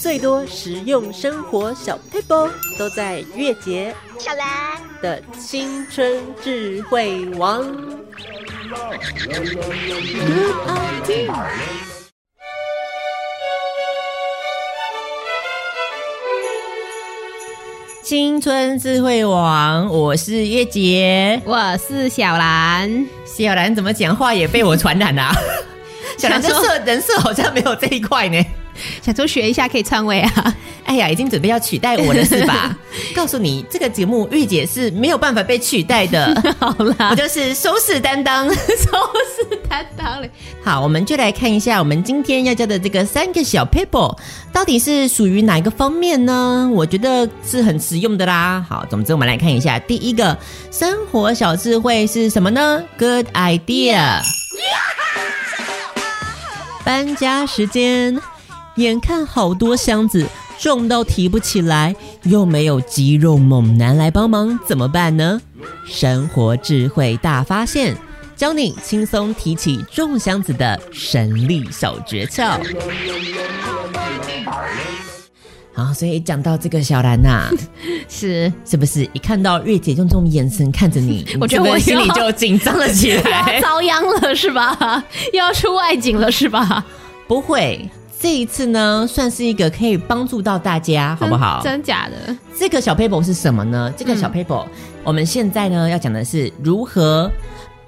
最多实用生活小 paper 都在月节小兰，的青春智慧王。青春智慧王，我是月杰。我是小兰，小兰怎么讲话也被我传染 啦、啊？小兰这想说色人设好像没有这一块呢。想说学一下可以篡位啊，哎呀，已经准备要取代我了是 吧？告诉你，这个节目月姐是没有办法被取代的， 好啦我，就是收视担当。都 是担当嘞。好，我们就来看一下我们今天要教的这个三个小 paper 到底是属于哪一个方面呢？我觉得是很实用的啦。好，总之我们来看一下，第一个生活小智慧是什么呢？Good idea。搬家时间，眼看好多箱子重到提不起来，又没有肌肉猛男来帮忙，怎么办呢？生活智慧大发现，教你轻松提起重箱子的神力小诀窍。好，所以讲到这个小兰呐、 是，是不是一看到月姐用这种眼神看 着你，我觉得你是不是我要。心里就紧张了起来 遭殃了是吧？ 又要出外景了是吧？不会，这一次呢，算是一个可以帮助到大家，好不好？嗯真真嗯假的？这个小 paper 是什么呢？这个小 paper，、我们现在呢要讲的是如何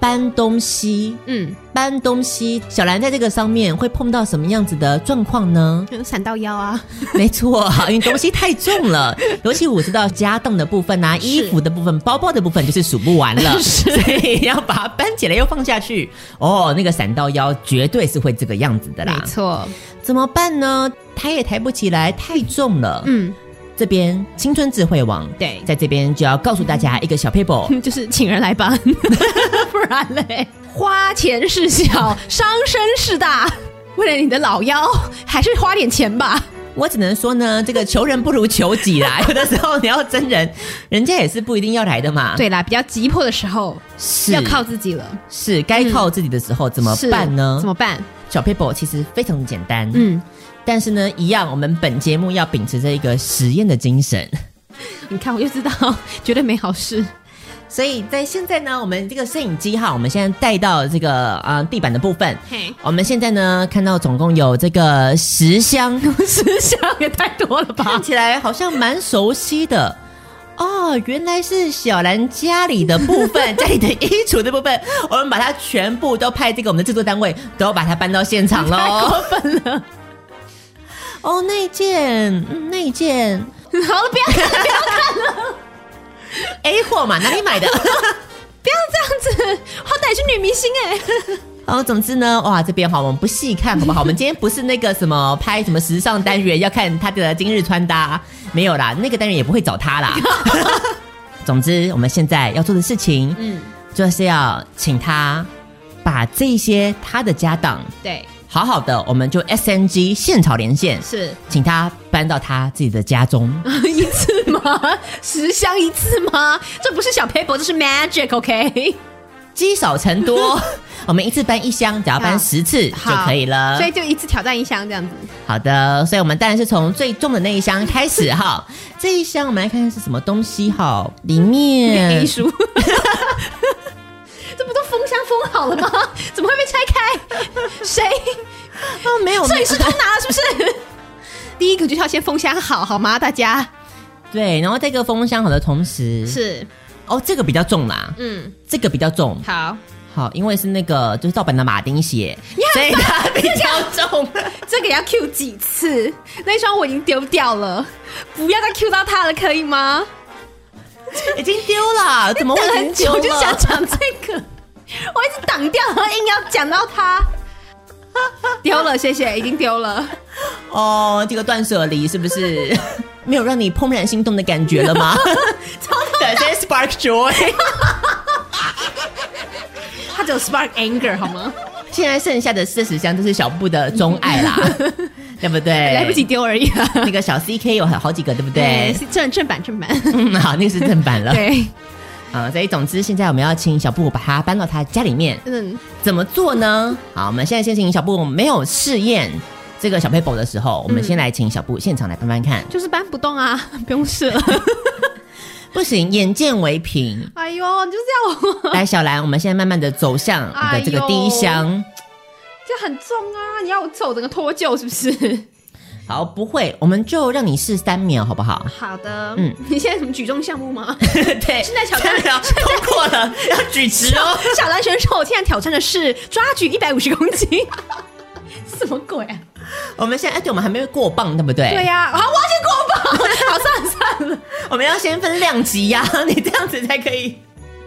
搬东西。嗯，搬东西，小兰在这个上面会碰到什么样子的状 况呢？闪到腰啊，没错，因为东西太重 了，尤其我知道家当的部分啊、衣服的部分、包包的部分就是数不完 了，所以要把它搬起来又放下去。哦，那个闪到腰绝对是会这个样子的啦没。错，怎么办呢？抬也抬不起来，太重了。嗯，这边青春智慧网，对在这边就要告诉大家一个小 paper，就是请人来 搬，不然嘞，花钱是小，伤身是大。为了你的老腰，还是花点钱吧。我只能说呢，这个求人不如求己啦。有的时候你要真人，人家也是不一定要来的嘛。，对啦，比较急迫的时候是要靠自己了，是该靠自己的时候怎么是办呢怎？么办？小 paper 其实非常的简单，嗯，嗯，但是呢，一样我们本节目要秉持着一个实验的精神， 你看我就知道，绝对没好事。所以在现在呢，我们这个摄影机哈，我们现在带到这个呃地板的部分。嘿，我们现在呢，看到总共有这个十箱，思想也太多了吧看？起来好像蛮熟悉的哦，原来是小兰家里的部分，家里的衣橱的部分， 我们把它全部都派这个我们的制作单位，都把它搬到现场喽。太过分了！哦，那一件，嗯那一件好了，不要 A 货嘛，哪里买的？不要这样子，好歹是女明星哎、哦，总之呢，哇，这边哈，我们不细看好不好？ 我们今天不是那个什么拍什么时尚单元，要看他的今日穿搭，没有啦，那个单元也不会找他啦。 总之，我们现在要做的事情，嗯，就是要请他把这些他的家当对，好好的，我们就 S N G 现场连 线，是请他搬到他自己的家中。 一次吗？十箱一次吗？这不是小 paper，这是 magic，OK？、积少成多， 我们一次搬一箱，只要搬好十次就好可以了。所以就一次挑战一箱这样子。好的，所以我们当然是从最重的那一箱开始哈。 这一箱我们来看看是什么东西哈，里面 A 书， 这不都封箱封好了吗？ 怎么会被拆 开？谁？哦没有摄影师偷拿了是不是？ 第一个就是要先封箱好，好吗？大家对，然后在这个封箱好的同时是，哦，这个比较重啦，嗯，这个比较重，好，好，因为是那个就是盗版的马丁鞋，所以它比较重。 这个要 Q 几次？那一双我已经丢掉了，不要再 Q 到它了，可以吗？已经丢 了，怎么会等已经很久丢就了想讲这个， 我一直挡掉，然后硬要讲到它。 丢了，谢谢，已经丢了。哦，这个断舍离是 不是没有让你怦然心动的感觉了吗？感谢 Spark Joy。它只有 spark anger 好 吗？现在剩下的四十箱都是小布的钟 爱啦，对不对？来不及，丢而已 啊。 那个小 CK 有好好几个，对不对？嗯，正正版正版。 嗯，好，那个是正版了。 对，啊，所以总之现在我们要请小布把它搬到他家里面，嗯，怎么做呢？好，我们现在先请小布，没有试验这个小 paper 的时候，我们先来请小布现场来搬搬看。就是搬不动啊， 不用试了。不行，眼见为 凭。哎呦，你就这样，来，小兰，我们现在慢慢的走向你的这个第一箱。 这很重啊！你要我走整个脱臼是不是？好，不会，我们就让你试三秒，好不好？ 好的，嗯嗯，你现在有什么举重项目 吗？ 对， 现在挑战三秒通过了，要举直哦。小兰选手现在挑战的是抓举一百五十公斤， 什么鬼啊？ 我们现在，而且哎我们还没有过磅，对不对？对、呀、好，我要先 过磅，好，算了算了，我们要先分量级呀、 你这样子才可以，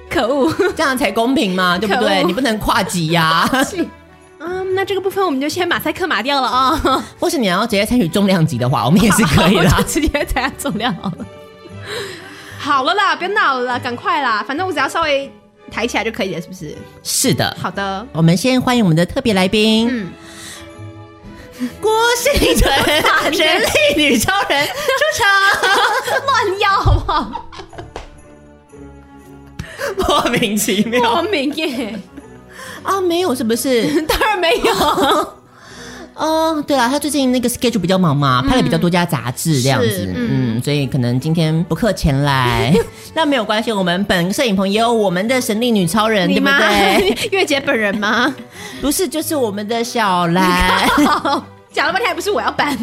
可恶。这样才公平嘛，对不可对？恶你不能跨级 呀、 嗯，那这个部分我们就先马赛克码掉了啊、或是你要直接参与重量级的话，我们也是可以我啦就。直接踩下重量好了。好了啦，别闹了啦，赶快啦，反正我只要稍微抬起来就可以了，是不是？是的，好的，我们先欢迎我们的特别来宾，嗯郭信存人力女超人出场，乱要好不 好？莫名其莫 妙名耶，哦啊，没有是不是？ 当然没 有，哦，对了，他最近那个 schedule 比较忙嘛，拍了比较多家杂志这样子是，嗯所以可能今天不客前 来，那没有关系，我们本摄影棚也有我们的神力女超人，对你不吗对？？月姐本人吗？不是，就是我们的小 兰。 好讲了半天还不是我要搬，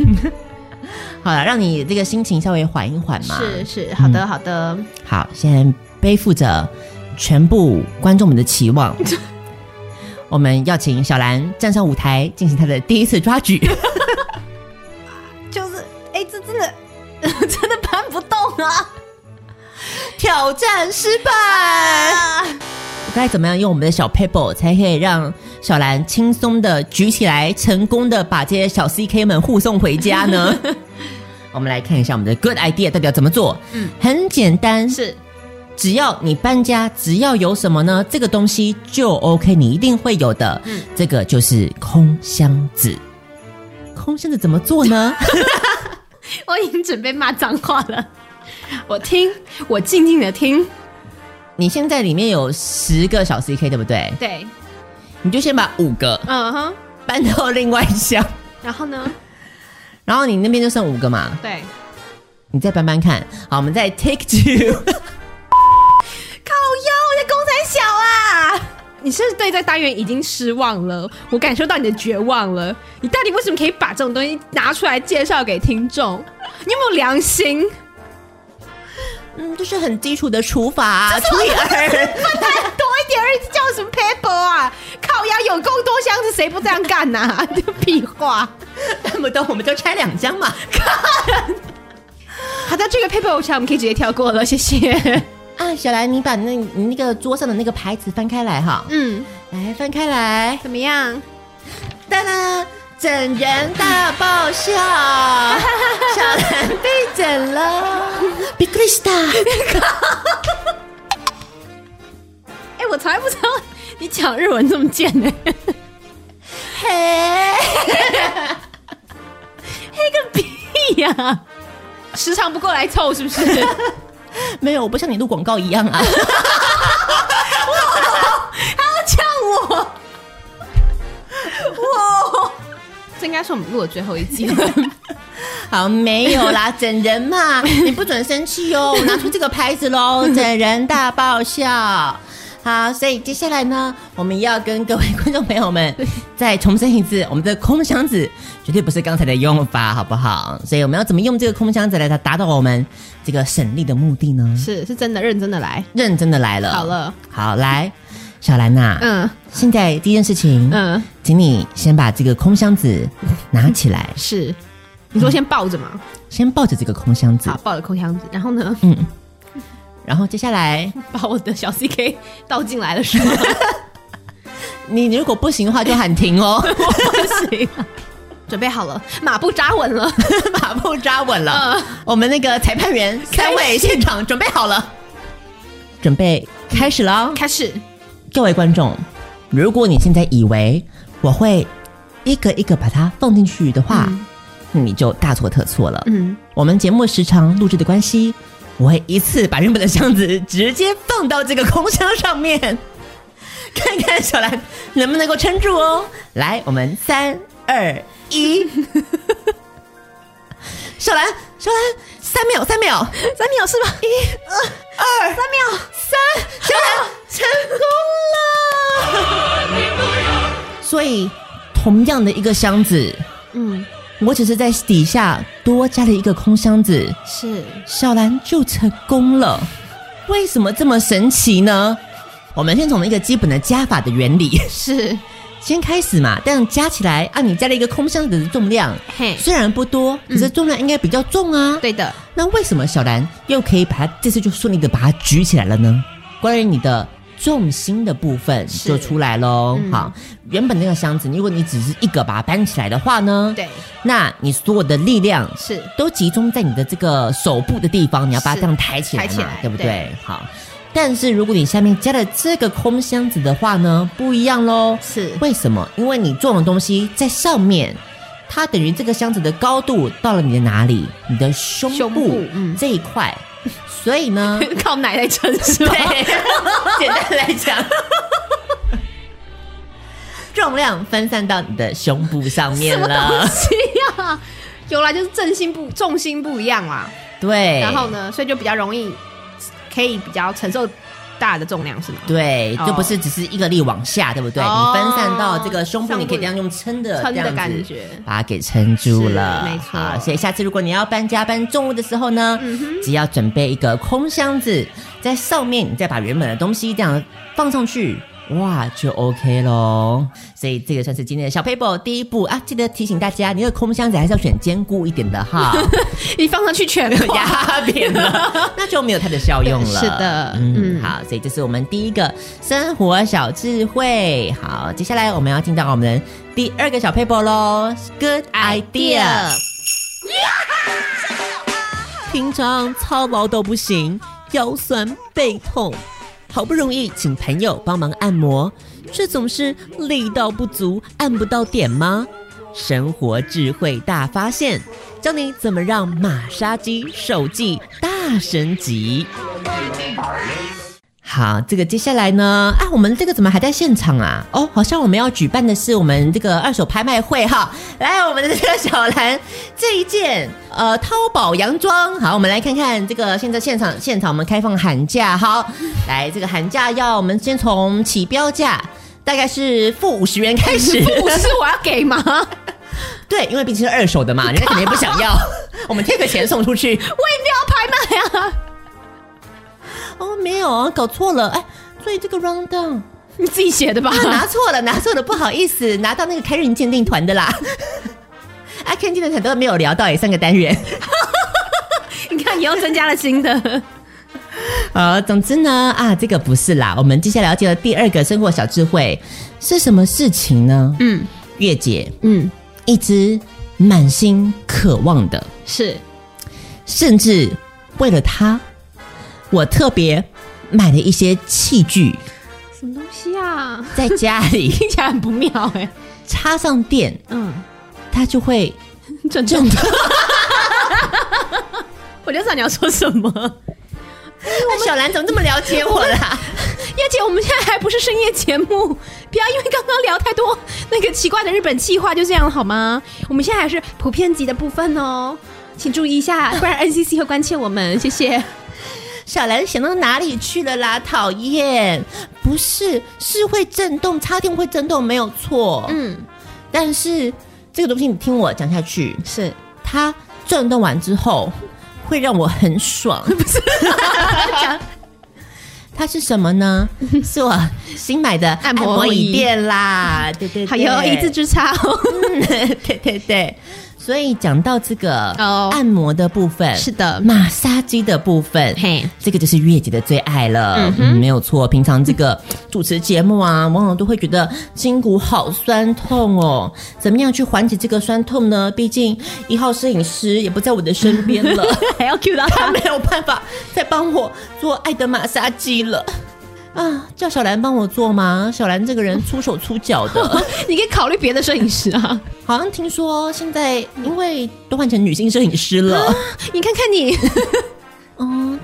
好了，让你这个心情稍微缓一缓嘛。是是，好的好的，好，现在背负着全部观众们的期望，我们要请小兰站上舞台进行她的第一次抓举。 就是哎、这真的真的 搬不动啊！挑战失败。啊该怎么样用我们的小 paper 才可以让小兰轻松的举起来，成功的把这些小 CK 们护送回家 呢？我们来看一下我们的 good idea 到底要怎么做。嗯，很简单，是只要你搬家，只要有什么呢，这个东西就 OK，你一定会有的。嗯，这个就是空箱子。空箱子怎么做呢？ 我已经准备骂脏话了，我听，我静静的听，你现在里面有十个小 CK，对不对？对，你就先把五个嗯哼，搬到另外一箱，然后呢？然后你那边就剩五个嘛，对，你再搬搬看。好，我们再 take two， 靠腰，我在公山小啊！你是不是对这单元已经失望了？我感受到你的绝望了。你到底为什么可以把这种东西拿出来介绍给听众？你有没有良 心？嗯，就是很基础的除法、啊，除以二。 多一点而已，这叫什么 paper 啊？靠腰有功多箱子，谁不这样干呐、 啊？这屁话！看不懂我们就拆两箱嘛。好的，这个 paper 我想我们可以直接跳过了，谢 谢。啊，小兰，你把那你那个桌上的那个牌子翻开来哈，嗯，来翻开来，怎么样？当当，整人大爆笑，小兰被整了， 比克利斯塔。哎、我才不知道你讲日文这么贱呢、 嘿，屁呀、时常不过来凑是不 是？没有，我不像你录广告一样 啊。呛我！哇，这应该是我们录的最后一集 了。好，没有啦，整人嘛，你不准生气哦。我拿出这个牌子喽， 整人大爆笑。好，所以接下来呢，我们要跟各位观众朋友们再重申一次，我们的空箱子绝对不是刚才的用法，好不好？所以我们要怎么用这个空箱子来达达到我们这个省力的目的呢？是是真的，认真的来。认真的来了，好了，好来，小兰呐、嗯现在第一件事情，嗯，请你先把这个空箱子拿起来，是。你说先抱着嘛，先抱着这个空箱子好，，抱着空箱子，然后呢？嗯，然后接下来把我的小 CK 倒进来了是吗？你你如果不行的话就喊 停哦，我不行， 准备好了，马步扎稳了， 马步扎稳了。嗯我们那个裁判员三位现场准备好了，准备开始了。开始。各位观众，如果你现在以为我会一个一个把它放进去的话，嗯你就大错特错了。嗯，我们节目时长录制的关系，我会一次把原本的箱子直接放到这个空箱上面， 看看小兰能不能够撑住哦。来，我们三二 一，小兰，小兰，三秒，三秒，三秒是吧？一、二、三秒，三。小兰成功了。 所以，同样的一个箱子，嗯，我只是在底下多加了一个空箱子，是小兰就成功了。为什么这么神奇呢？我们先从一个基本的加法的原理 是，先开始嘛，但加起来啊，你加了一个空箱子的重量，嘿，虽然不多，可是重量应该比较重啊。对的。那为什么小兰又可以把它这次就顺利的把它举起来了呢？关于你的重心的部分就出来喽。嗯好，原本那个箱子，如果你只是一个把它搬起来的话呢，，对，那你所有的力量是都集中在你的这个手部的地方，你要把它是这样抬起来抬起嘛来，对不对？对好，但是如果你下面加了这个空箱子的话呢，不一样喽。是 为什么？因为你重的东西在上面，它等于这个箱子的高度到了你的哪里？你的胸部胸部嗯这一块，所以 呢，靠奶来撑是吧？ 对，简单来讲。 重量分散到你的胸部上面了，是啊，有啦，就是重心不重心不一样啦。对。然后呢，所以就比较容易可以比较承受大的重量是吗？对，哦就不是只是一个力往下，对不对？哦你分散到这个胸部，上部你可以这样用撑的撑的呃这样子感觉 把它给撑住了。是没错嗯好所以下次如果你要搬家搬重物的时候呢，只要准备一个空箱子，在上面你再把原本的东西这样放上去。哇，就 OK 喽。所以这个算是今天的小 paper 第一步啊，记得提醒大家，你那个空箱子还是要选坚固一点的哈， 你放上去全挂压扁了，那就没有它的效用了。是的嗯，嗯好，所以这是我们第一个生活小智慧。好，接下来我们要进到我们第二个小 paper 喽，Good idea。平常操劳都不行，腰酸背痛，好不容易请朋友帮帮忙按摩，这总是力道不足，按不到点吗？生活智慧大发现，教你怎么让马杀鸡手技大升级。好，这个接下来呢？啊，我们这个怎么还在现场啊？哦，好像我们要举办的是我们这个二手拍卖会哈。来，我们的这个小兰这一件呃淘宝洋装，好，我们来看看这个现在现场现场我们开放喊价，好，来这个喊价要我们先从起标价大概是负五十元开始， 不是我要给 吗？我对，因为毕竟是二手 的嘛，人家肯定不想要，我们贴个钱送出去。也没有要拍卖啊！哦，没有啊，搞错了，哎，所以这个 round down。你自己写的吧？ 啊，拿错了，拿错了，不好意思，拿到那个开运鉴定团的啦。 啊，看见的很多没有聊到也三个单 元。你看，你又增加了新的。呃，总之呢，啊，这个不是啦，我们接下来要介绍第二个生活小智慧是什么事情呢？嗯月姐嗯，一直满心渴望的，是甚至为了他，我特别买了一些器具什么东西啊？在家里 听起来很不妙哎、插上电，嗯，它就会震震动。 我就知道你要说什么。哎小兰怎么这么了解我 啦？叶姐，我们现在还不是深夜节目，不要因为刚刚聊太多那个奇怪的日本气话就这样了好吗？我们现在还是普遍级的部分哦，请注意一下，不然 NCC 会关切我们，谢谢。小兰想到哪里去了啦？讨厌，不是，是会震动，插电会震动，没有错。嗯，但是这个东西，你听我讲下去，是它震动完之后会让我 很爽。不是， 它是什么呢？是我新买的按摩椅摩椅垫啦。对对对， 好有一字之差哦。 嗯，对对对，所以讲到这个哦按摩的部分，是的，马杀鸡的部分，嘿，这个就是月姐的最爱了，嗯嗯哼没有错。平常这个 主持节目啊，往往都会觉得筋骨好酸痛哦，怎么样去缓解这个酸痛呢？毕竟一号摄影师也不在我的身边 了，还要 Q 到他没有办法再帮我做爱的马杀鸡了。啊，叫小兰帮我做吗？小兰这个人出手出脚 的，你可以考虑别的摄影师啊。 好像听说现在因为都换成女性摄影师了。你看看你， 嗯，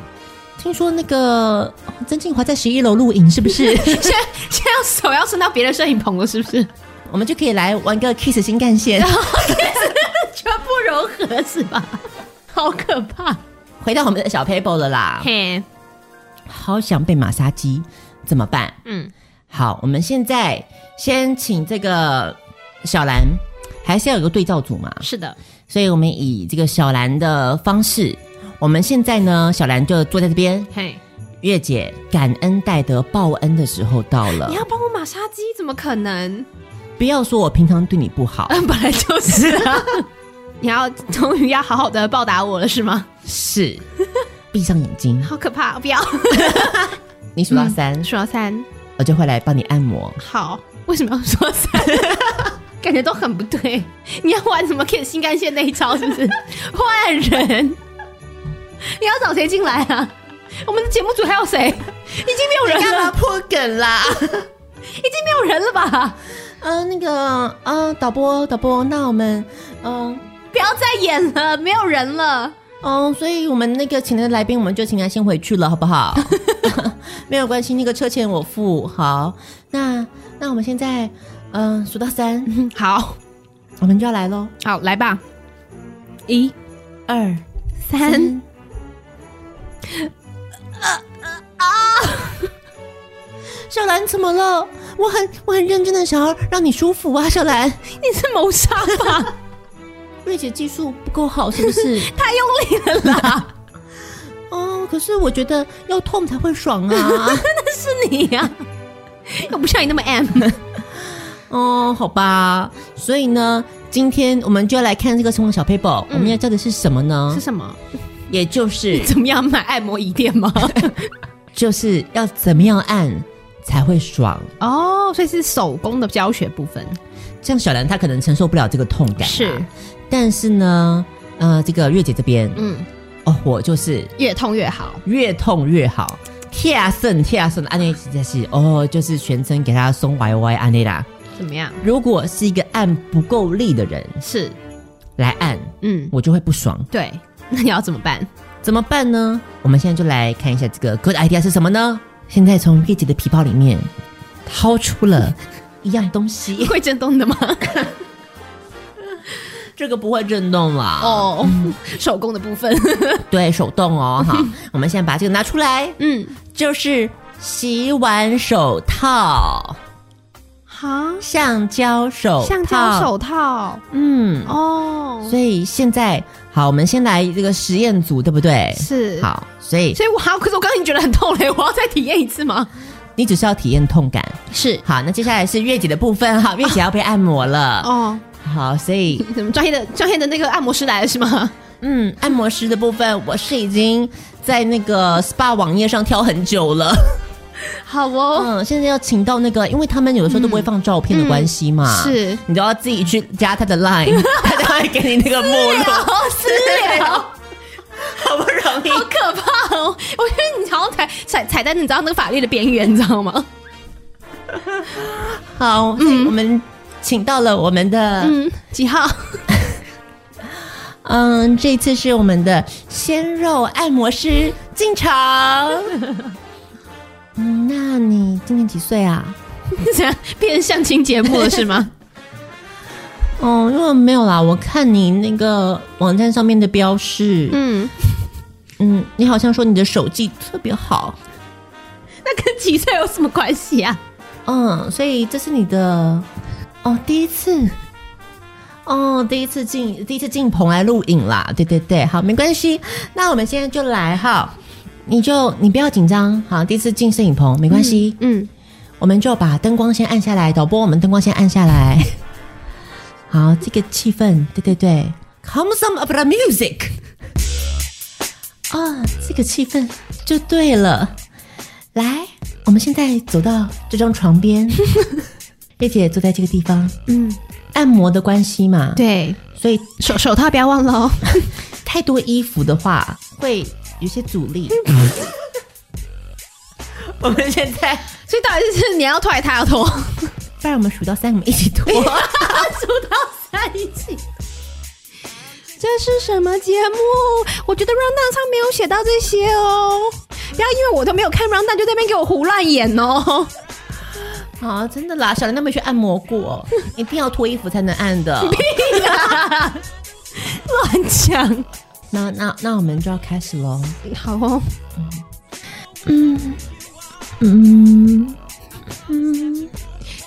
听说那个曾静华在十一楼录影，是不是？现在现在手要伸到别的摄影棚了，是不 是？我们就可以来玩个 kiss 新干线。全部融合是吧？ 好可怕！回到我们的小 paper 了啦，嘿，好想被马杀鸡，怎么办？嗯，好，我们现在先请这个小兰，还是要有个对照组嘛，是的，所以我们以这个小兰的方式，我们现在呢，小兰就坐在这边，嘿，月姐感恩戴德报恩的时候到了你，要帮我马杀鸡，怎么可能？ 不要说我平常对你不好，嗯，本来就是啊。 你要终于要好好的报答我了，是吗？ 是，闭上眼睛，好可怕！不要 你数到三，数到三，我就会来帮你按摩。好，为什么要说 三？感觉都很不对。你要玩什么 K 新干线那一招是不是？换人，你要找谁进来啊？我们的节目组还有谁？已经没有人了，破梗啦？已经没有人了吧？ 呃，那个，呃，导播，导播，那我们，嗯、不要再演了，没有人了。嗯、所以我们那个请来的来宾，我们就请他先回去了，好不 好？没有关系，那个车钱我付。好，那那我们现在，嗯、数到三，好，我们就要来喽。好，来吧，一、二，三，小兰怎么了？我很我很认真的想要让你舒服啊，小兰。你是谋杀吧？ 瑞姐技术不够好，是不 是？太用力了啦！ 哦，可是我觉得要痛才会爽啊。是你呀、又不像你那么 M。 哦，好吧，所以呢，今天我们就要来看这个《生活小 paper》，我们要教的嗯是什么呢？什么？也 就是怎么样买按摩椅垫吗？就是要怎么样按才会爽。 哦，所以是手工的教学部分。像小兰她可能承受不了这个痛感、啊是，但是呢，呃，这个月姐这边，嗯，哦，我就是越痛越好。越痛越好。跳肾跳肾，安内真的是哦，就是全身给她松歪歪安内啦。怎么样？如果是一个按不够力的人是，来按，嗯，我就会不爽。对。 那你要怎么办？怎么办呢？我们现在就来看一下这个 good idea 是什么呢？现在从月姐的皮包里面掏出了一样东 西，会震动的吗？这个不会震动啦。哦，哦，手工的部分。对手动哦，哈，我们现在把这个拿出来， 嗯，就是洗碗手套，哈，橡胶手套，橡胶，手套。嗯，哦，所以现在好，我们先来这个实验组，对不对？是。好，所以所以我还可是我刚刚已经觉得很痛嘞， 我要再体验一次吗？你只是要体验痛感。是好，那接下来是月姐的部分哈，月姐要被按摩了。 哦，好，所以怎么专业的专业的那个按摩师来了是吗？嗯，按摩师的部分，我是已经在那个 SPA 网页上挑很久了。好哦，嗯，现在要请到那个，因为他们有的时候都不会放照片的关系嘛，嗯是你都要自己去加他的 Line，他才会给你那个目录，好私聊，好不容易好可怕哦！我觉得你好像踩踩踩在你知道那个法律的边缘，你知道吗？好，所以我们请到了我们的，嗯嗯，几号？ 这次是我们的鲜肉按摩师进场。嗯，那你今年几岁啊？这样变成相亲节目了是吗？哦，因为没有啦，我看你那个网站上面的标示，嗯 嗯，你好像说你的手技特别好，那跟几岁有什么关系啊？嗯，所以这是你的哦第一次，哦第一次进第一次进棚来录影啦，对对对，好没关系，那我们现在就来哈，你就你不要紧张，好，第一次进摄影棚没关系，嗯，我们就把灯光先按 下来，导播，我们灯光先按下来。好，这个气氛，对对对， Come some of the music。啊，这个气氛就对了。来，我们现在走到这张床边，叶姐坐在这个地方，嗯，按摩的关系嘛，，对，所以手手套不要忘了哦。太多衣服的话会有些阻力。我们现在， 所以到底是你要脱还是他要脱？不然我们数到三，我们一起脱。 这是什么节目？我觉得 round down 上没有写到这些哦。不要因为我都没有看 round down 就在那边给我胡乱演哦。啊，真的啦，小兰都没去按摩过，一定要脱衣服才能按的。 乱讲。那那那我们就要开始喽。好哦，嗯，嗯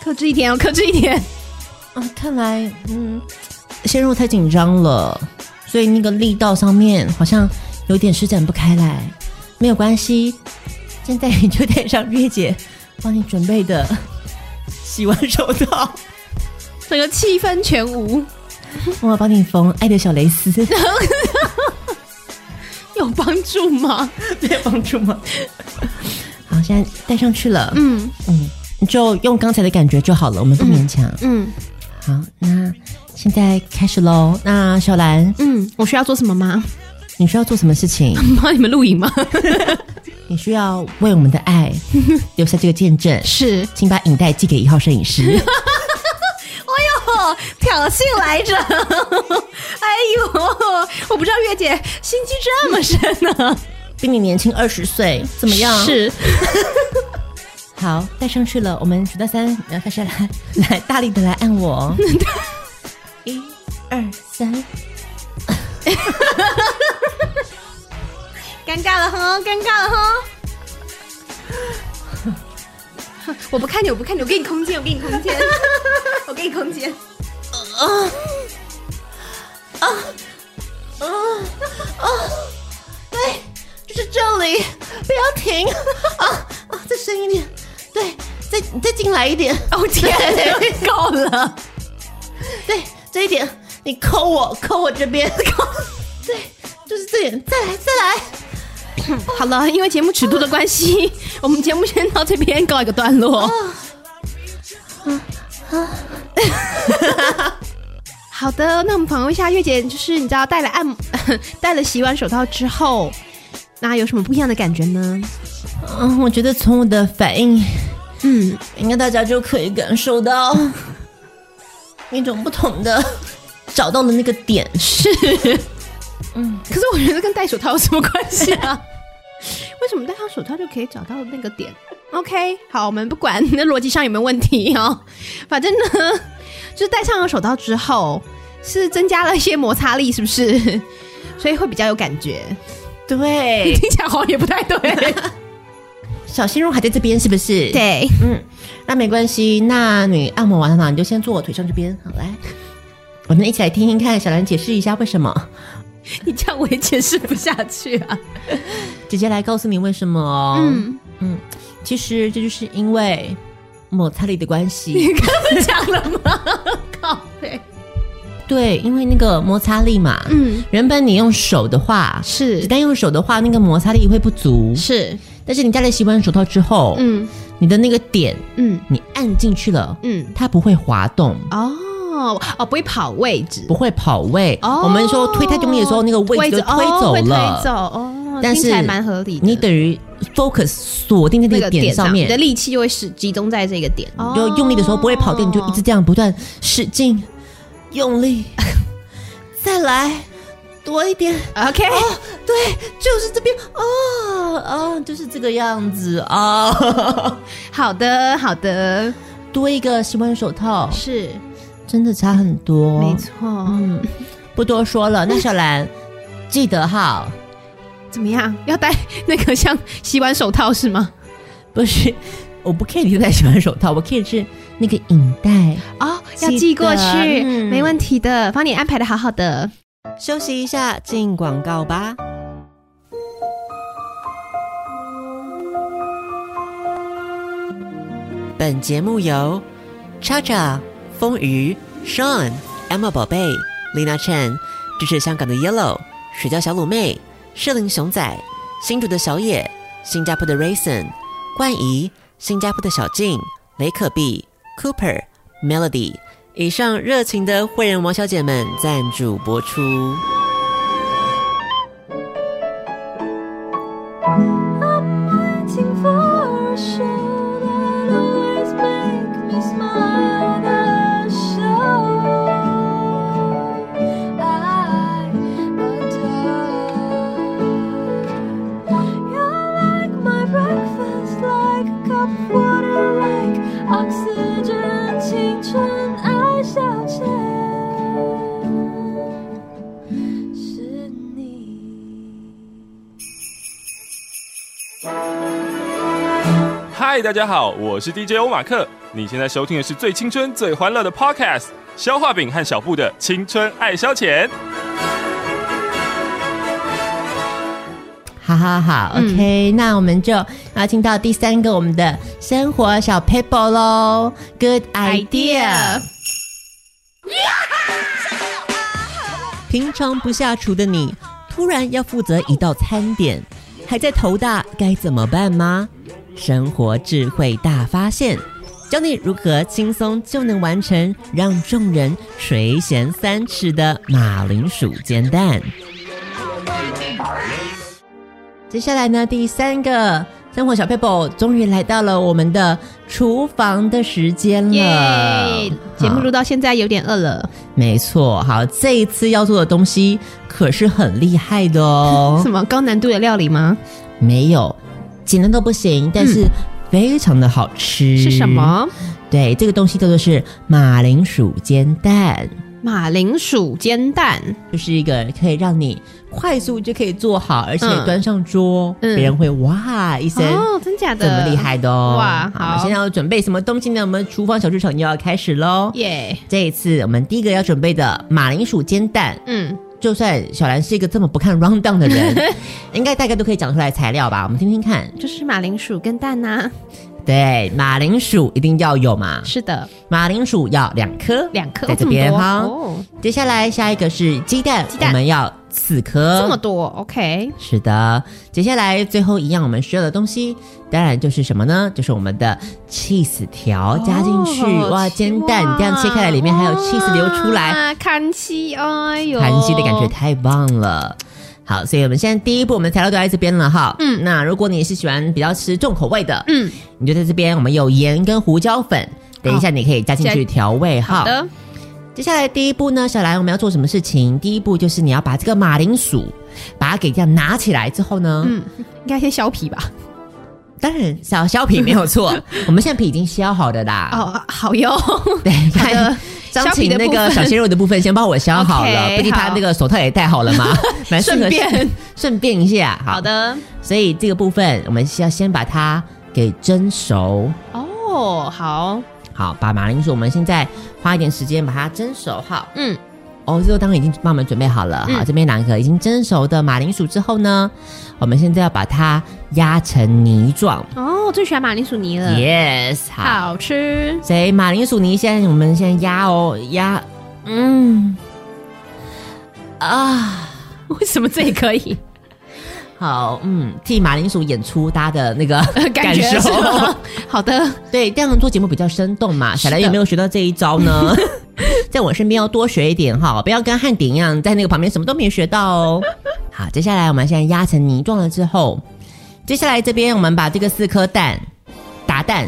克制一点哦，克制一点。啊，看来嗯，鲜肉太紧张了，所以那个力道上面好像有点施展不开来。没有关系，现在你就戴上月姐帮你准备的洗完手 套，整个气氛全无，我帮你缝爱的小 蕾丝，有帮助吗？这帮助吗？ 好，现在戴上去了，嗯嗯，你就用刚才的感觉就好了，我们不勉强。嗯好，那现在开始喽。那小兰，嗯，我需要做什么吗？你需要做什么事情？ 帮你们录影吗？你需要为我们的爱 留下这个见证，是，请把影带寄给一号摄影 师。哦，挑衅来着。 哎呦，我不知道月姐心机这么深呢、比你年轻二十岁，怎么样？是，好，戴上去了。我们数到三，然后开始来， 来大力的来按我 哦。一、二、三，嗯尴尬了哈，尴尬了哈。 我不看你，我不看你，我给你空间，我给你空 间，我给你空间。哦哦对，就是这里，不要停啊啊！再深一点，对，再再进来一点。哦天，够了，对，这一点你抠我，抠我这 边，抠，对，就是这点，再来，再来。好了，因为节目尺度的关系，我们节目先到这边告一个段落。 好的，那我们访问一下月姐，就是你知道戴了按 戴了洗碗手套之后，那有什么不一样的感觉呢？嗯，我觉得从我的反应，嗯，应该大家就可以感 受到一种不同的，找到了那个点。是，嗯，可是我觉得跟戴手套有什么关系啊？ 为什么戴上手套就可以找到那个点？OK，好，我们不管那逻辑上有没有问题哦， 反正呢，就是戴上了手套之后，是增加了一些摩擦力，是不是？ 所以会比较有感觉。对， 听起来好像也不太对。小鲜肉还在这边是不是？， 对，那没关系。那你按摩完了嘛，你就先坐我腿上这边，好来。 我们一起来听听看，小兰解释一下为什么， 你这样我也解释不下去 啊。直接来告诉你为什么哦。嗯，其实这就是因为摩擦力的关系。 你刚刚讲了吗？靠背。对，因为那个摩擦力嘛，嗯，原本你用手的话，是单用手的话，那个摩擦力会不足。是，但是你戴了洗碗手套之后，嗯你的那个点嗯你按进去了，嗯。它不会滑动，哦哦，不会跑位置不。会跑位。哦，我们说推太用力的时候，那个位置就推哦走会了。推走哦，但听起来是蛮合理的。你等于 focus 锁定在那那个个点上你的面，力气就会使集中在这个点。哦你就用力的时候不会跑掉，你就一直这样不断使劲 用力，再来多一点。 OK，哦，对，就是这边哦哦，就是这个样子哦。 好的好的，多一个洗碗手套，是真的差很多。没，错。嗯，不多说了。那小兰，记得哈，怎么样？要戴那个像洗碗手套是吗？不是，我不 care 你戴洗碗手套，我 care 是那个影带。哦，要记寄过得去，嗯没问题的，帮你安排的好好的。休息一下，进广告吧。本节目由叉叉、风鱼、Sean、Emma 宝贝、Lina Chen、这是香港的 Yellow、水饺小卤妹、士林熊仔、新竹的小野、新加坡的 Raisin、冠怡、新加坡的小静、雷可碧、Cooper、Melody。以上热情的会员王小姐们赞助播出。 waiting for a show that always make me smile. The show I adore. You're like my breakfast, like a cup of water, like oxygen. 青春爱消遣，是你。嗨，大家好，我是 DJ 欧马克。你现在收听的是最青春、最欢乐的 Podcast，消化饼和小布的青春爱消遣。好好好、o k 那我们就要进到第三个我们的生活小 paper 喽，Good idea。平常不下厨的你，突然要负责一道餐点，还在头大该怎么办吗？生活智慧大发现，教你如何轻松就能完成让众人垂涎三尺的马铃薯煎蛋。接下来呢，第三个生活小 paper 终于来到了我们的厨房的时间耶、了。节目好录到现在有点饿了，没错，好，这一次要做的东西可是很厉害的哦 什。么高难度的料理吗？没有，简单到不行，但是非常的好吃。嗯是什？么？对，这个东西叫做是马铃薯煎蛋。马铃薯煎蛋，就是一个可以让你快速就可以做好，而且嗯端上桌，嗯别人会哇一声，哦，真假的？这么厉害的哦！哇我们好现在要准备什么东西呢？我们厨房小剧场又要开始喽。耶！这一次我们第一个要准备的马铃薯煎蛋，嗯，就算小兰是一个这么不看 round down 的人， 应该大概都可以讲出来材料吧？我们听听看。就是马铃薯跟蛋呐、对，马铃薯一定要有嘛，是的，马铃薯要两颗，两颗在哦这边么多哈。哦，接下来下一个是鸡蛋，鸡蛋我们要四颗，这么多，OK，是的，接下来最后一样我们需要的东西，当然就是什么呢？就是我们的 cheese 条加进去，哦哇，煎蛋哇这样切开来，里面还有 cheese 流出来，哇，看西，哎呦，韩系的感觉太棒了。好，所以我们现在第一步，我们材料都在这边了哈。嗯，那如果你是喜欢比较吃重口味的，嗯，你就在这边，我们有盐跟胡椒粉，等一下你可以加进去加调味哈。好的，接下来第一步呢，小兰，我们要做什么事情？第一步就是你要把这个马铃薯，把它给这样拿起来之后呢，嗯，应该先削皮吧？当然小削皮没有 错，我们现在皮已经削好的啦。哦，哦，好哟，对， 看的张削皮琴的那部个分小鲜肉的部分先帮我削好了， OK，毕竟他好那个手套也戴好了 嘛，蛮适合顺便顺便一下。好，的，所以这个部分我们是要先把它给蒸熟。哦，好，好，把马铃薯，我们现在花一点时间把它蒸熟好。嗯，哦，这个当然已经帮我们准备好了。好，嗯这边两个已经蒸熟的马铃薯之后呢，我们现在要把它压成泥状。哦，我最喜欢马铃薯泥了， Yes，好。嗯好吃， 所以马铃薯泥现在我们先压哦，压，嗯，啊，为什么这也可 以？好，嗯，替马铃薯演出大家的那个 感觉受是。吗？ 好的，对，这样做节目比较生动嘛。小的兰有没有学到这一招呢？在我身边要多学一点哈，不要跟汉典一样在那个旁边什么都没学到哦。好，接下来我们现在压成泥状了之后，接下来这边我们把这个四颗蛋打蛋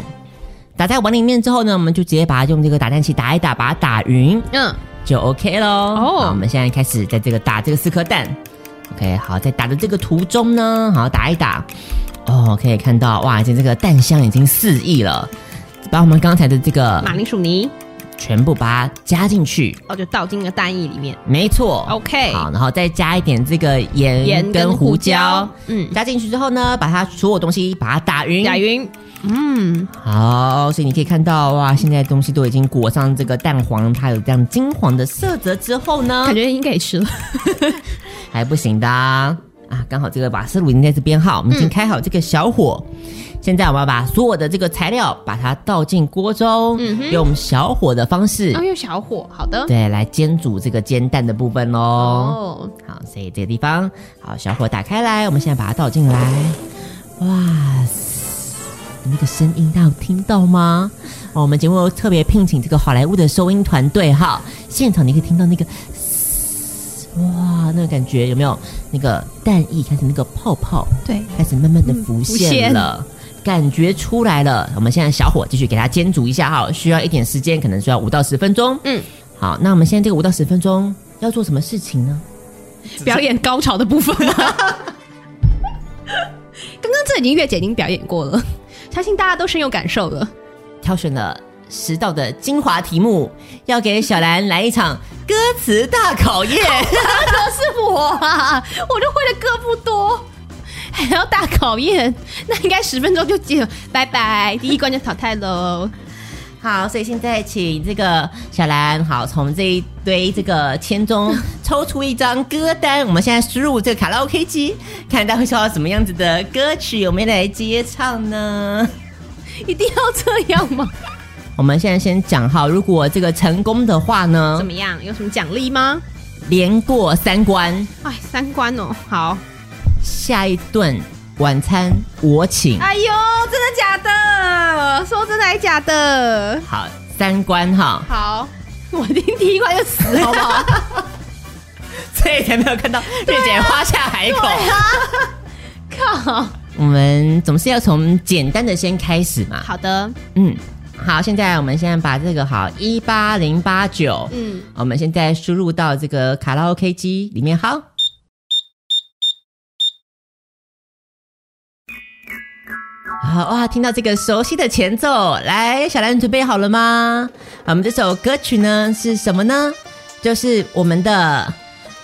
打在碗里面之后呢，我们就直接把它用这个打蛋器打一打，把它打匀嗯，就 OK 喽。哦好我们现在开始在这个打这个四颗蛋。OK，好，在打的这个途中呢，好打一打，哦，可以看到哇，已经这个蛋香已经四溢了，把我们刚才的这个马铃薯泥，全部把它加进去，哦，就倒进了蛋液里面没错。 ，OK，好，然后再加一点这个盐盐跟跟胡胡椒椒，嗯加进去之后呢，把它所有东西把它打匀，贾云，嗯，好，所以你可以看到哇，现在东西都已经裹上这个蛋黄，它有这样金黄的色泽之后呢，感觉应该可以吃了，还不行的啊！啊刚好这个瓦斯炉已经在这边哈，我们已经开好这个小火，现在我们要把所有的这个材料把它倒进锅中，嗯哼用小火的方式，哦，用小火，好的。对，来煎煮这个煎蛋的部分喽。哦，好，所以这个地方，好，小火打开来，我们现在把它倒进来。哇塞，那个声音大家有听到吗？哦，我们节目有特别聘请这个好莱坞的收音团队哈，现场你可以听到那个嘶，哇，那个感觉有没有？那个蛋液开始那个泡泡，对，开始慢慢的嗯浮浮现现了。感觉出来了，我们现在小火继续给它煎煮一下哈，需要一点时间，可能需要五到十分钟。嗯，好，那我们现在这个五到十分钟要做什么事情呢？表演高潮的部分吗？ 刚刚这已经月姐已经表演过了， 相信大家都深有感受了。挑选了十道的精华题目，要给小兰来一场歌词大考 验。是我啊，我就会的歌不多，还要大考验，那应该十分钟就解，拜拜，哦第一关就淘汰喽。好，所以现在请这个小兰，好，从这一堆这个签中抽出一张歌单，我们现在输入这个卡拉 OK 机，看大家会抽到什么样子的歌曲，有没有来接唱呢？一定要这样吗？我们现在先讲哈，如果这个成功的话呢怎，么样？有什么奖励吗？连过三关，哎，三关哦，好。下一顿晚餐我请。哎呦，真的假的？说真的还假的？好，三关哈，好，我听第一关就死了，好不好？ 所以才没有看到瑞姐花下海口。 靠，我们总是要从简单的先开始嘛。 好的，嗯，好，现在我们现在把这个好一八零八九，嗯，我们现在输入到这个卡拉 OK 机里面。好，好哇，听到这个熟悉的前奏，来，小兰你准备好了吗？我们这首歌曲呢是什么呢？就是我们的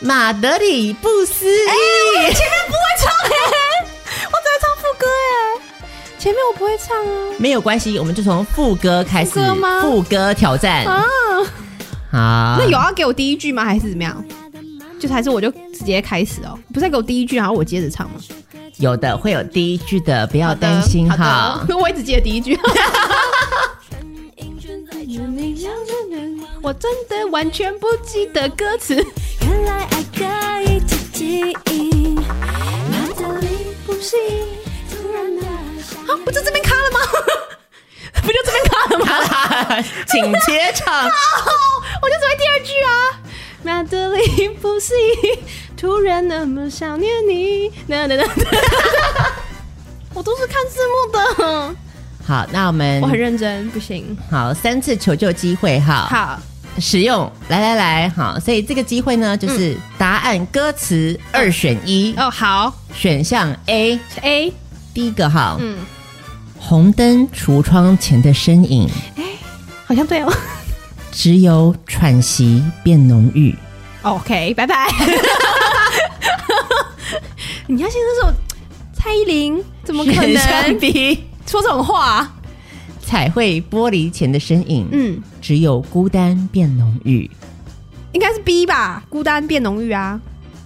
马德里不思哎议。前面我不会唱啊，没有关系，我们就从副歌开始。副歌吗副歌挑战啊！好，那有要给我第一句吗？还是怎么样？就是还是我就直接开始哦，不是要给我第一句，然后我接着唱吗？有的会有第一句的，不要好的担心好哈。的 我也只记得第一句。英俊在这里像是人光我真的完全不记得歌词。看来爱可以自己赢。马德里不是突然的想 啊，不就这边卡了吗？ 不就这边卡了吗？请 接唱。我就只会第二句啊。马德里不是突然那么想念你，那那那， 我都是看字幕的，好，那我们我很认真，不行。好三次求救机会哈。，好，使用来来来好，所以这个机会呢，就是答案歌词二选一，嗯哦好选项 A ，A，第一个哈，嗯，红灯橱窗前的身影，好像对哦。只有喘息变浓郁。 OK，拜 拜。你要先说我蔡依林，怎么可选能项 B。说这种话？彩绘玻璃前的身影，嗯，只有孤单变浓郁。应该是 B 吧，孤单变浓郁啊，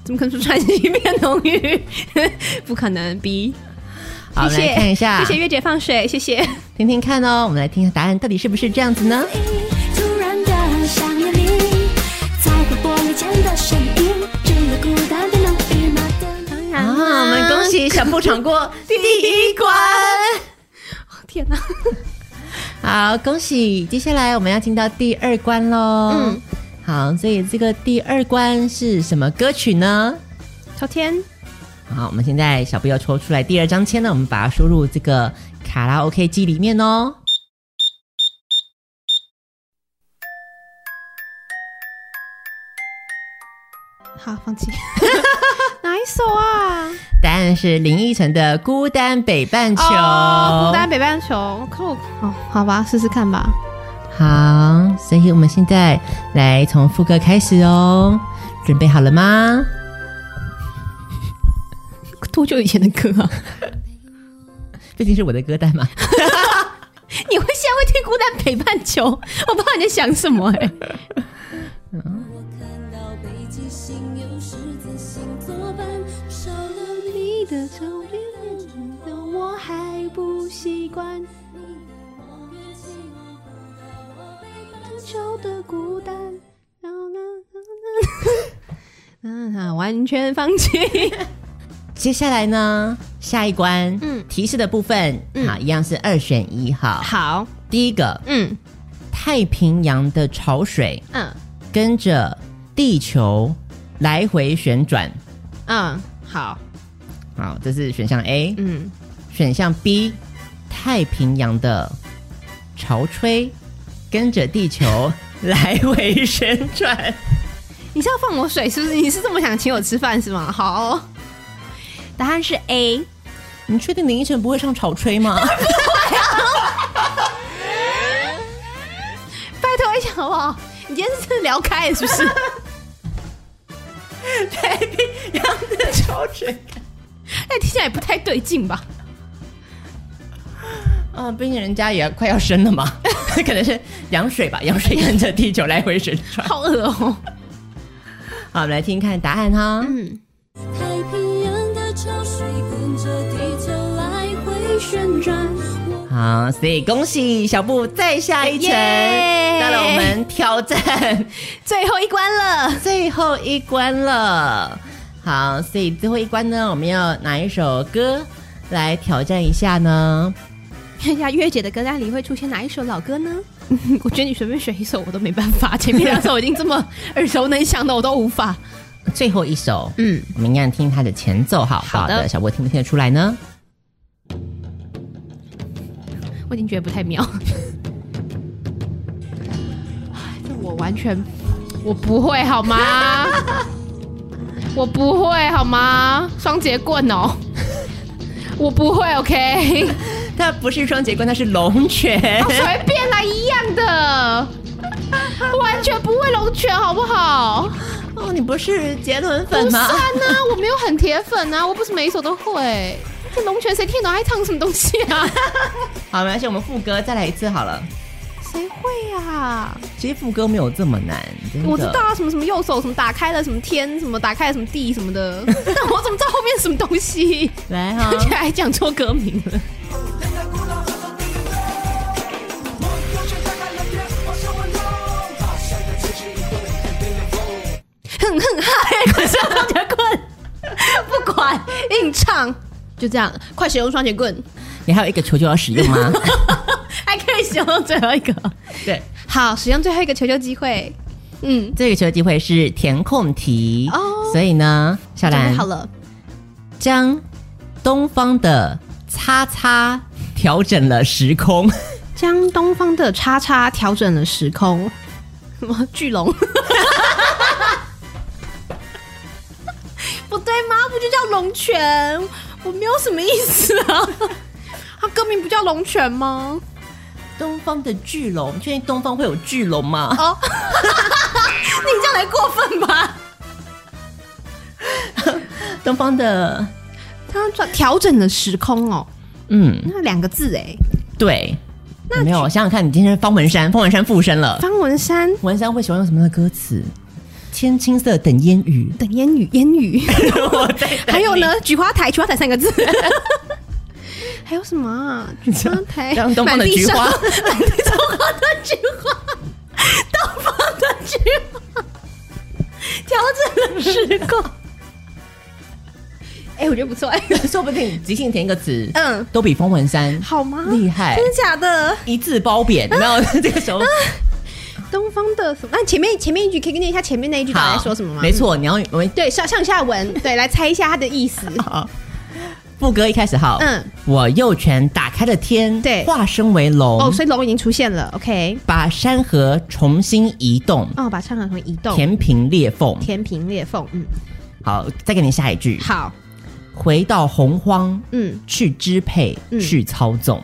怎么可能说川西变浓郁？ 不可能 B。好，谢我们谢，来看一下，谢谢月姐放水，谢谢。听听看哦。我们来听一下答案到底是不是这样子呢？你，突然的想念你，在玻璃前的身影，只有孤单的浓郁。马德里。啊，我们恭喜小布闯过第一 关，天哪，哦好，恭喜！接下来我们要进到第二关喽。嗯嗯，好，所以这个第二关是什么歌曲呢？秋天好，我们现在小布要抽出来第二张签呢，我们把它输入这个卡拉 OK 机里面哦。好放弃。哪一首啊？答案是林依晨的《孤单北半球》。哦孤单北半球。可我哦，好吧，试试看吧。好，所以我们现在来从副歌开始哦，准备好了吗？多久以前的歌啊？毕竟是我的歌单嘛。 你会现在会听《孤单北半球》？我不知道你在想什么哎、我看到北极星有十字星作伴，少了你的照片，我还不习习惯你，我越寂寞，不到我被半球的孤单。嗯，啊完全放弃。接下来呢，下一关，嗯提示的部分，嗯好，一样是二选一 哈。好，第一个，嗯太平洋的潮水嗯跟着地球来回旋转，嗯，好，好，这是选项 A。嗯选项 B，太平洋的潮吹跟着地球来回旋 转。你是要放我水是不是？你是这么想请我吃饭是吗？好、答案是 A。你确定林依晨不会唱潮吹吗？拜托一下好不好？你今天是真的聊开了是不是？洋的潮吹。那听起来也不太对劲吧？ 啊，毕竟人家也快要生了嘛， 可能是羊水吧，羊水跟着地球来回旋转。好恶哦、好，我们来听听看答案哈。嗯，太平洋的潮水跟着地球来回旋转。我好，所以恭喜小布再下一层，耶到了我们挑战 最后一关了， 最后一关了。好，所以最后一关呢，我们要拿一首歌来挑战一下呢？看一下月姐的歌单里会出现哪一首老歌呢？嗯 我觉得你随便选一首我都没办法，前面两首已经这 么耳熟能详的，我都无法。最后一首，嗯，我们一样听它的前奏，好不好好的的，小波听不听得出来呢？我已经觉得不太 妙。哎这我完全我不会好 吗？我不会好吗？双节棍 哦，我不会 OK。它不是双节棍，它是龙泉。哎随便来一样 的，完全不会龙泉好不好？哦，你不是杰伦不粉算吗？啊，我没有很铁粉啊，我不是每一首都会。这龙泉谁听得懂？还唱什么东西啊？好，没关系，我们副歌再来一次好了。 谁会啊？其实副歌没有这么难，真的我知道啊，什么什么右手什么打开了什么天什么打开了什么地什么的， 但我怎么知道后面什么东西？来哈而且还讲错歌名了。哼哼嗨， 快使用双节棍，不管硬唱，就这样，快使用双节棍， 你还有一个球球要使用吗？还可以使用到最后一个。 对，好，使用最后一个求救机会。嗯，这个球的机会是填空题哦所以呢，小准备兰好了，将东方的叉叉调整了时空，将东方的叉叉调整了时空。什么巨龙？不对吗？不就叫龙泉？我没有什么意思啊。他歌名不叫龙泉吗？东方的巨龙，你确定东方会有巨龙吗？ 哦，你这样才过分吧？东方的，他调整了时空哦，嗯，那两个字哎，对，没有，我想想看，你今天是方文山，方文山附身了，方文山文山会喜欢用什么样的歌词？天青色等烟雨，等烟雨，烟雨。 我在等 你还有，呢，菊花台，菊花台三个字。 还有什么、 啊？菊花台，让东方的菊花满地上满地上花的菊花，东方的菊花，调整了时空。 哎、我觉得不 错哎、说不定即兴填一个词，嗯都比方文山好啊吗？厉害真，的假的？一字褒贬，有没有？啊 这个 时候东方的什么？那啊前面前面一句可以念一下前面那一句到底在说什么吗？没，错，你要我们对，上上下文，对，来猜一下它的意思。副歌一开始好，嗯，我右拳打开了天，对化身为龙，哦，所以龙已经出现了，OK。把山河重新移动，哦，把唱场从移动，填平裂缝。填平裂缝，嗯，好，再给你下一句，好，回到洪荒，嗯，去支配，嗯去操纵。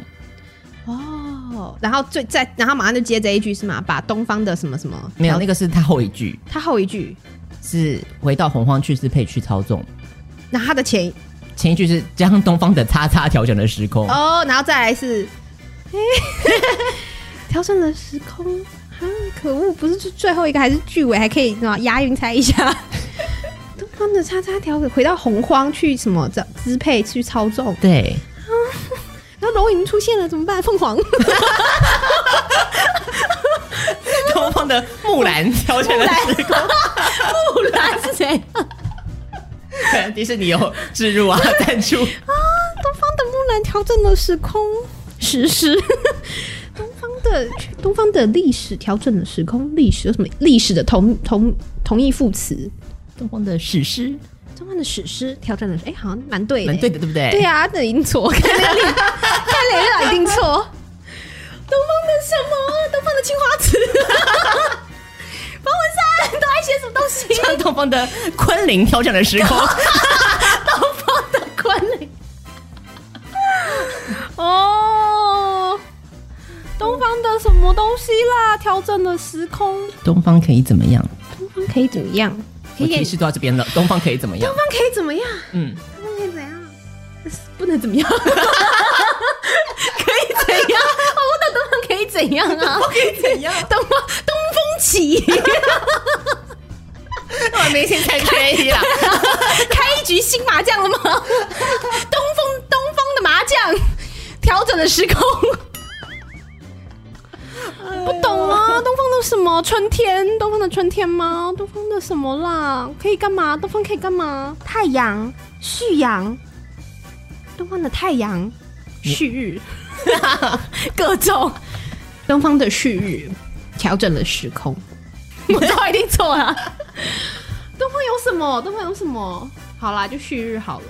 哦，然后最再然后马上就接这一句是吗？把东方的什么什么没有，那个是他后一句，他后一句，是回到洪荒去支配去操纵。那他的前前一句是将东方的叉叉调整了时空，哦，然后再来 是，哎调整了时空啊，可恶，不是最最后一个还是句尾还可以啊押韵猜一 下。东方的叉叉调回到洪荒去什么支支配去操纵，对，然后龙龙已经出现了，怎么办？凤凰东方的木兰挑选了时空，木兰是谁？可能迪士尼有置入啊赞助。东方的木兰调整了时空史 诗，东方的东方的历史调整了时空历史，有什么历史的同同同义副词？ 东方的史诗，东方的史诗调整了，哎、好像蛮对的、蛮对的，对不对？对啊，那一定错，看 脸，看脸了，一定错。东方的什么？东方的青花 瓷，方文山都爱写什么东西？像东方的昆凌挑战了时空，关嘞。哦，东方的什么东西啦？调整了时空， 东方可以怎么样？东方可以怎么样？可我以提示到这边了，东方可以怎么样东？方可以怎么样？嗯，东方可以怎样？不能怎么样，可以怎样？哦我的东方可以怎样啊？可以怎样？东方东风起， 我明星才缺一啦， 开一局新麻将了吗？东风东方的麻将，调整了时空。不懂啊，东方的什么春天？东方的春天吗？东方的什么啦？可以干嘛？东方可以干嘛？太阳，旭阳，东方的太阳，旭日，嗯 各种东方的旭日，调整了时空。 我知道一定错了。东方有什么？东方有什么？好啦，就旭日好了。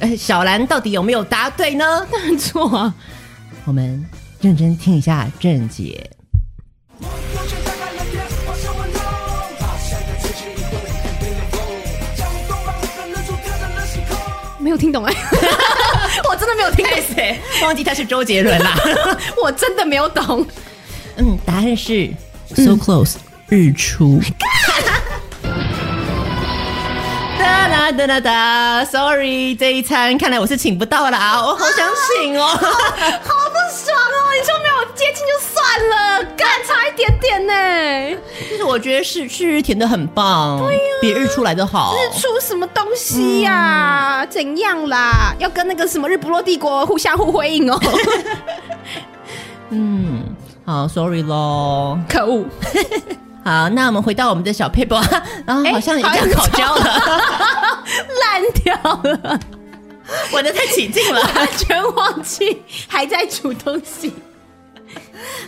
呃小兰到底有没有答对呢？当然错啊！我们认真听一下郑姐。没有听 懂哎、我真的没有听懂，谁？忘记他是周杰伦啦。我真的没有懂。嗯，答案是嗯 so close，、日 Oh 出。 哒啦哒啦哒，Sorry，这一餐看来我是请不到啦，我好想请 哦。好不爽哦！你说没有接近就算了，干差一点点呢、但是我觉得是旭日甜的很棒，比日出来的好。出什么东西呀、怎样啦？要跟那个什么日不落帝国互相互辉映哦！嗯，好，Sorry 咯。 可恶！好，那我们回到我们的小 paper，啊， 好像已哎好像经烤焦了， 烂掉了， 玩的太起劲了。完全忘记还在煮东西。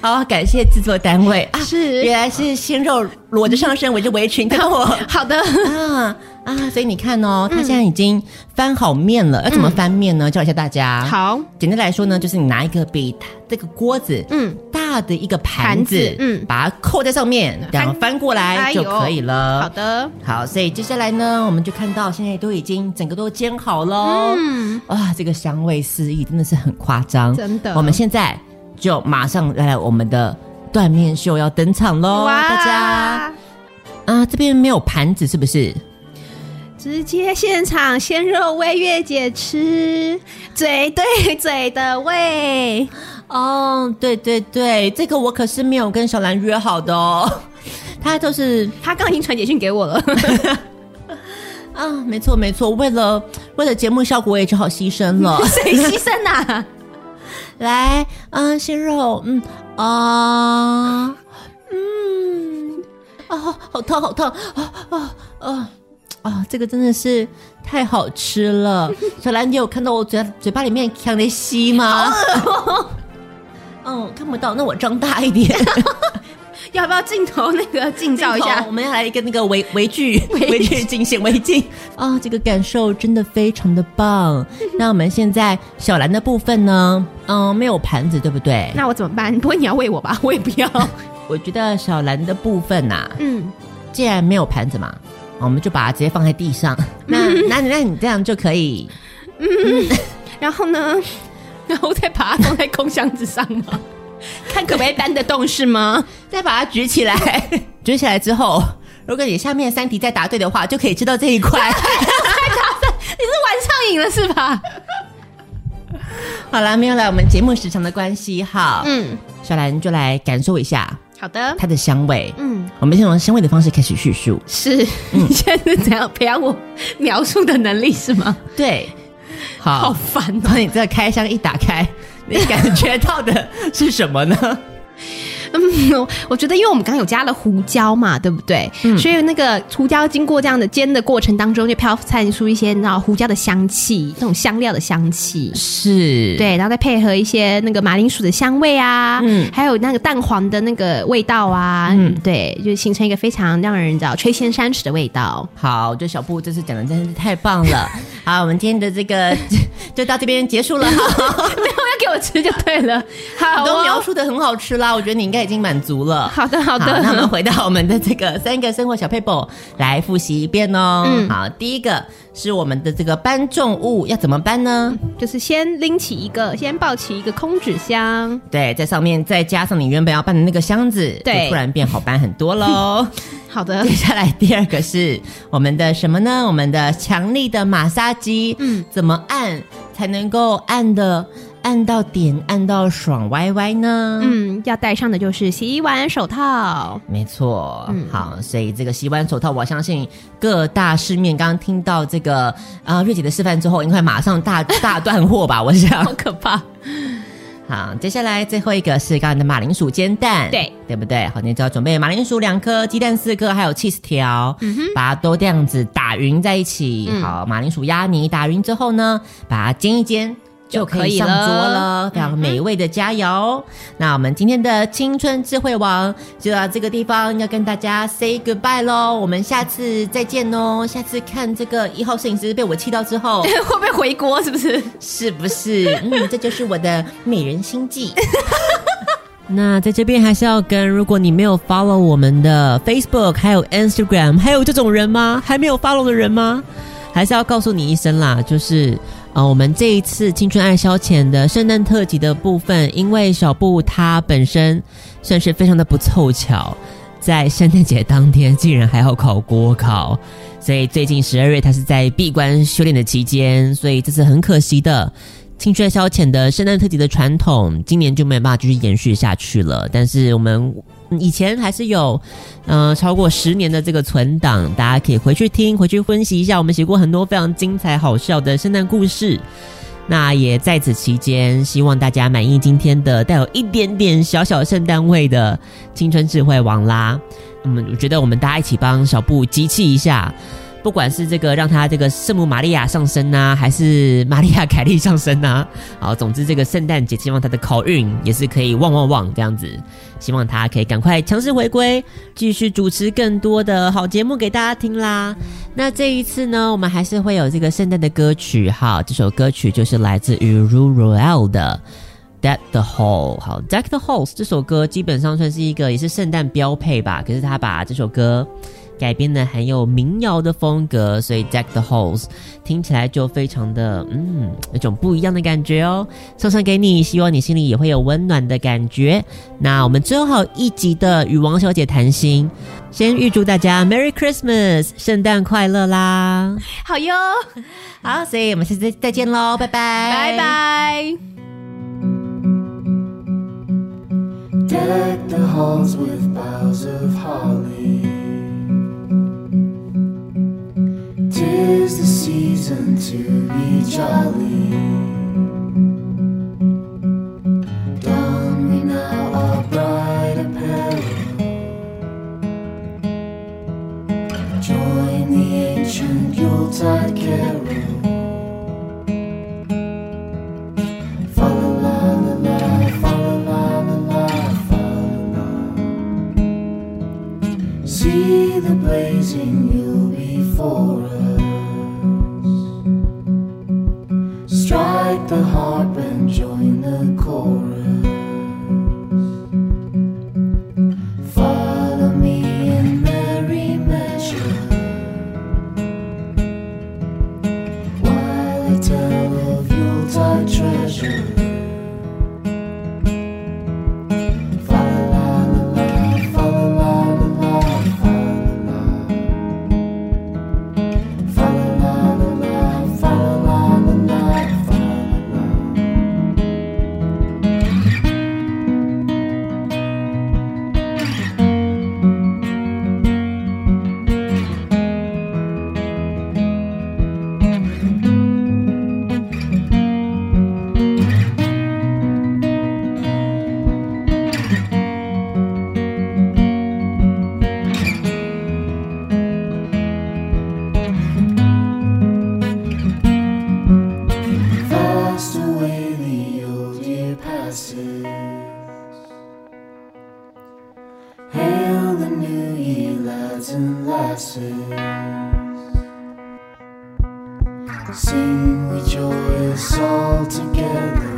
好，感谢制作单位啊，是原来是鲜肉裸着上身围着围裙看我好的，啊啊！所以你看哦，它现在已经翻好面了，要怎么翻面呢？教一下大家。，好，简单来说呢，就是你拿一个比它这个锅子嗯，大的一个盘子，盘子嗯把它扣在上面，然后翻过来哎就呦可以了。好。的，好，所以接下来呢，我们就看到现在都已经整个都煎好喽。嗯，哇，这个香味四溢，真的是很夸张，真的我们现在就马上来我们的断面秀要登场喽，大家啊，这边没有盘子是不是？直接现场鲜肉喂月姐吃，嘴对嘴的喂，哦，对对对，这个我可是没有跟小兰约好的 哦，她都是他刚刚已经传简讯给我了，啊，没错没错，为了为了节目效果，我也只好牺牲 了。谁牺牲啊？来，嗯，鲜肉，嗯，啊、嗯，哦，好烫，好烫，啊啊啊啊！这个真的是太好吃 了。小兰，你有看到我嘴嘴巴里面呛的吸吗？ 哦，看不到，那我张大 一点，要 不要镜头那个镜照一镜下头我？们要来一个那个围围剧，围剧镜显微镜啊、这个感受真的非常的 棒。那我们现在小兰的部分呢？嗯，没有盘子，对不对？那我怎么办？不会你要喂我吧？我也不要。我觉得小兰的部分呐、嗯，既然没有盘子嘛，我们就把它直接放在 地上。那那那你这样就可以，然后呢？ 然后再把它放在空箱子上 吗？ 看可不可以搬得动是吗？再把它举起来， 举起来之后，如果你下面三题再答对的话，就可以吃到这 一块。你是玩上瘾了是吧？好啦，没有了，我们节目时长的关系哈，嗯，小兰就来感受一下好的。它的香味。嗯，我们先从香味的方式开始叙述。是，嗯你现在是怎样培养我描述的能力是吗？ 对，好好，烦哦把你这个开箱一打开，你感觉到的是什么呢？嗯，我觉得因为我们刚刚有加了胡椒嘛，对不对？嗯所以那个胡椒经过这样的煎的过程当中，就飘散出一些你知道胡椒的香气，那种香料的香气。是，对，然后再配合一些那个马铃薯的香味啊，嗯还有那个蛋黄的那个味道啊， 对，就形成一个非常让人你知道垂涎三尺的味道。好，这小布这次讲的真是太 棒了。好，我们今天的这个 就到这边结束了。 没有要给我吃就对了，好、你哦，都描述的很好吃啦，我觉得你应该已经满足了。好的好的那我们回到我们的这个三个生活小 paper 来复习一遍哦。嗯好，第一个是我们的这个搬重物要怎么搬呢？ 就是先拎起一个，先抱起一个空纸箱，对，在上面再加上你原本要搬的那个箱子，对就突然变好搬很 多喽。好 的接，下来第二个是我们的什么呢？我们的强力的马杀鸡，嗯，怎么按才能够按的按到点，按到爽歪歪呢？嗯，要戴上的就是洗碗手套。没错，好，所以这个洗碗手套，我相信各大市面刚刚听到这个啊、呃、瑞姐的示范之后，应该马上大大断货吧？我想， 好可怕。好，接下来最后一个是刚刚的马铃薯煎蛋，对对不对？好，你只要准备马铃薯两颗，鸡蛋四颗，还有 cheese 条，嗯把它都这样子打匀在一起。好，马铃薯压泥打匀之后呢，把它煎一煎。就可以就上可以了桌了，啊非常美味的佳肴。那我们今天的青春智慧王就到这个地方要跟大家 say goodbye 喽，我们下次再见哦。下次看这个一号摄影师被我气到之后，会不会回锅？是不是？是不 是？嗯，这就是我的美人心计。 那在这边还是要跟，如果你没有 follow 我们的 Facebook，还有 Instagram，还有这种人吗？还没有 follow 的人吗？还是要告诉你一声啦，就是呃，我们这一次青春爱消遣的圣诞特辑的部分，因为小布他本身算是非常的不凑巧，在圣诞节当天竟然还要考国考，所以最近十二月他是在闭关修炼的期间，所以这是很可惜的。青春消遣的圣诞特辑的传统，今年就没有办法继续延续下去了。但是我们嗯以前还是有，呃，超过十年的这个存档，大家可以回去听，回去分析一下。我们写过很多非常精彩好笑的圣诞故事。那也在此期间，希望大家满意今天的带有一点点小小圣诞味的青春智慧王啦。嗯，我觉得我们大家一起帮小布集气一下，不管是这个让他这个圣母玛利亚上升呐、还是玛利亚凯莉上升呐、 好，总之这个圣诞节，希望他的考运也是可以旺旺旺这样子，希望他可以赶快强势回归，继续主持更多的好节目给大家听啦。那这一次呢，我们还是会有这个圣诞的歌曲哈，这首歌曲就是来自于 Rue Royal 的。Deck the Hall，好，Deck the Halls 这首歌基本上算是一个也是圣诞标配吧，可是他把这首歌改编的很有民谣的风格，所以 Deck the Halls 听起来就非常的嗯，有种不一样的感觉哦。送上给你，希望你心里也会有温暖的感觉。那我们最后还有一集的与王小姐谈心，先预祝大家 Merry Christmas，圣诞快乐啦！好哟，好，所以我们下次再再见喽，拜拜，拜拜。 deck the halls with boughs of holly. Tis the season to be jolly. Don we now our bright apparel. Join the ancient Yuletide carol. Fa la la la la, fa la la la la, fa la la. See the blazing will before us. Strive the new year, lads and lasses. Sing we joyous all together.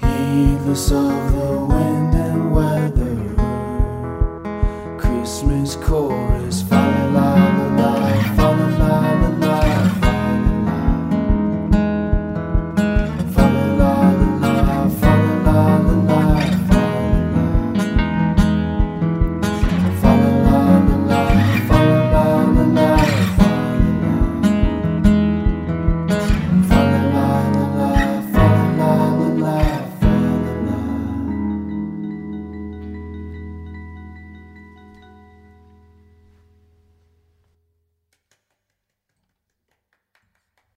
Heedless of the